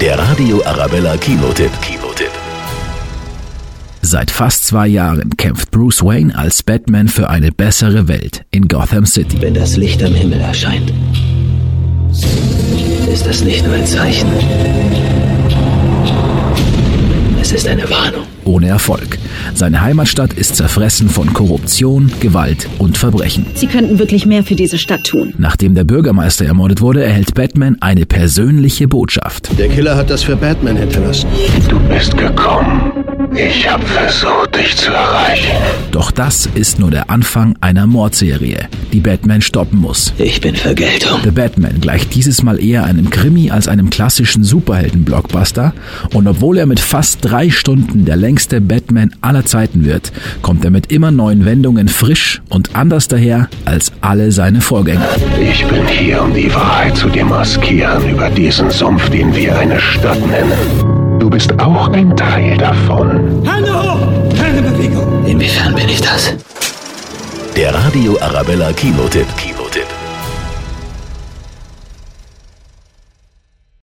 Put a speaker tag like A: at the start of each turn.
A: Der Radio Arabella Kinotipp. Kinotipp.
B: Seit fast zwei Jahren kämpft Bruce Wayne als Batman für eine bessere Welt in Gotham City.
C: Wenn das Licht am Himmel erscheint, ist das nicht nur ein Zeichen. Es ist eine Warnung.
B: Ohne Erfolg. Seine Heimatstadt ist zerfressen von Korruption, Gewalt und Verbrechen.
D: Sie könnten wirklich mehr für diese Stadt tun.
B: Nachdem der Bürgermeister ermordet wurde, erhält Batman eine persönliche Botschaft.
E: Der Killer hat das für Batman hinterlassen.
F: Du bist gekommen. Ich habe versucht, dich zu erreichen.
B: Doch das ist nur der Anfang einer Mordserie, die Batman stoppen muss.
C: Ich bin um. Vergeltung.
B: The Batman gleicht dieses Mal eher einem Krimi als einem klassischen Superhelden-Blockbuster und obwohl er mit fast drei Stunden der längste Batman aller Zeiten wird, kommt er mit immer neuen Wendungen frisch und anders daher als alle seine Vorgänger.
F: Ich bin hier, um die Wahrheit zu demaskieren über diesen Sumpf, den wir eine Stadt nennen. Du bist auch ein Teil davon.
C: Inwiefern bin ich das?
A: Der Radio Arabella Kinotipp. Kinotipp.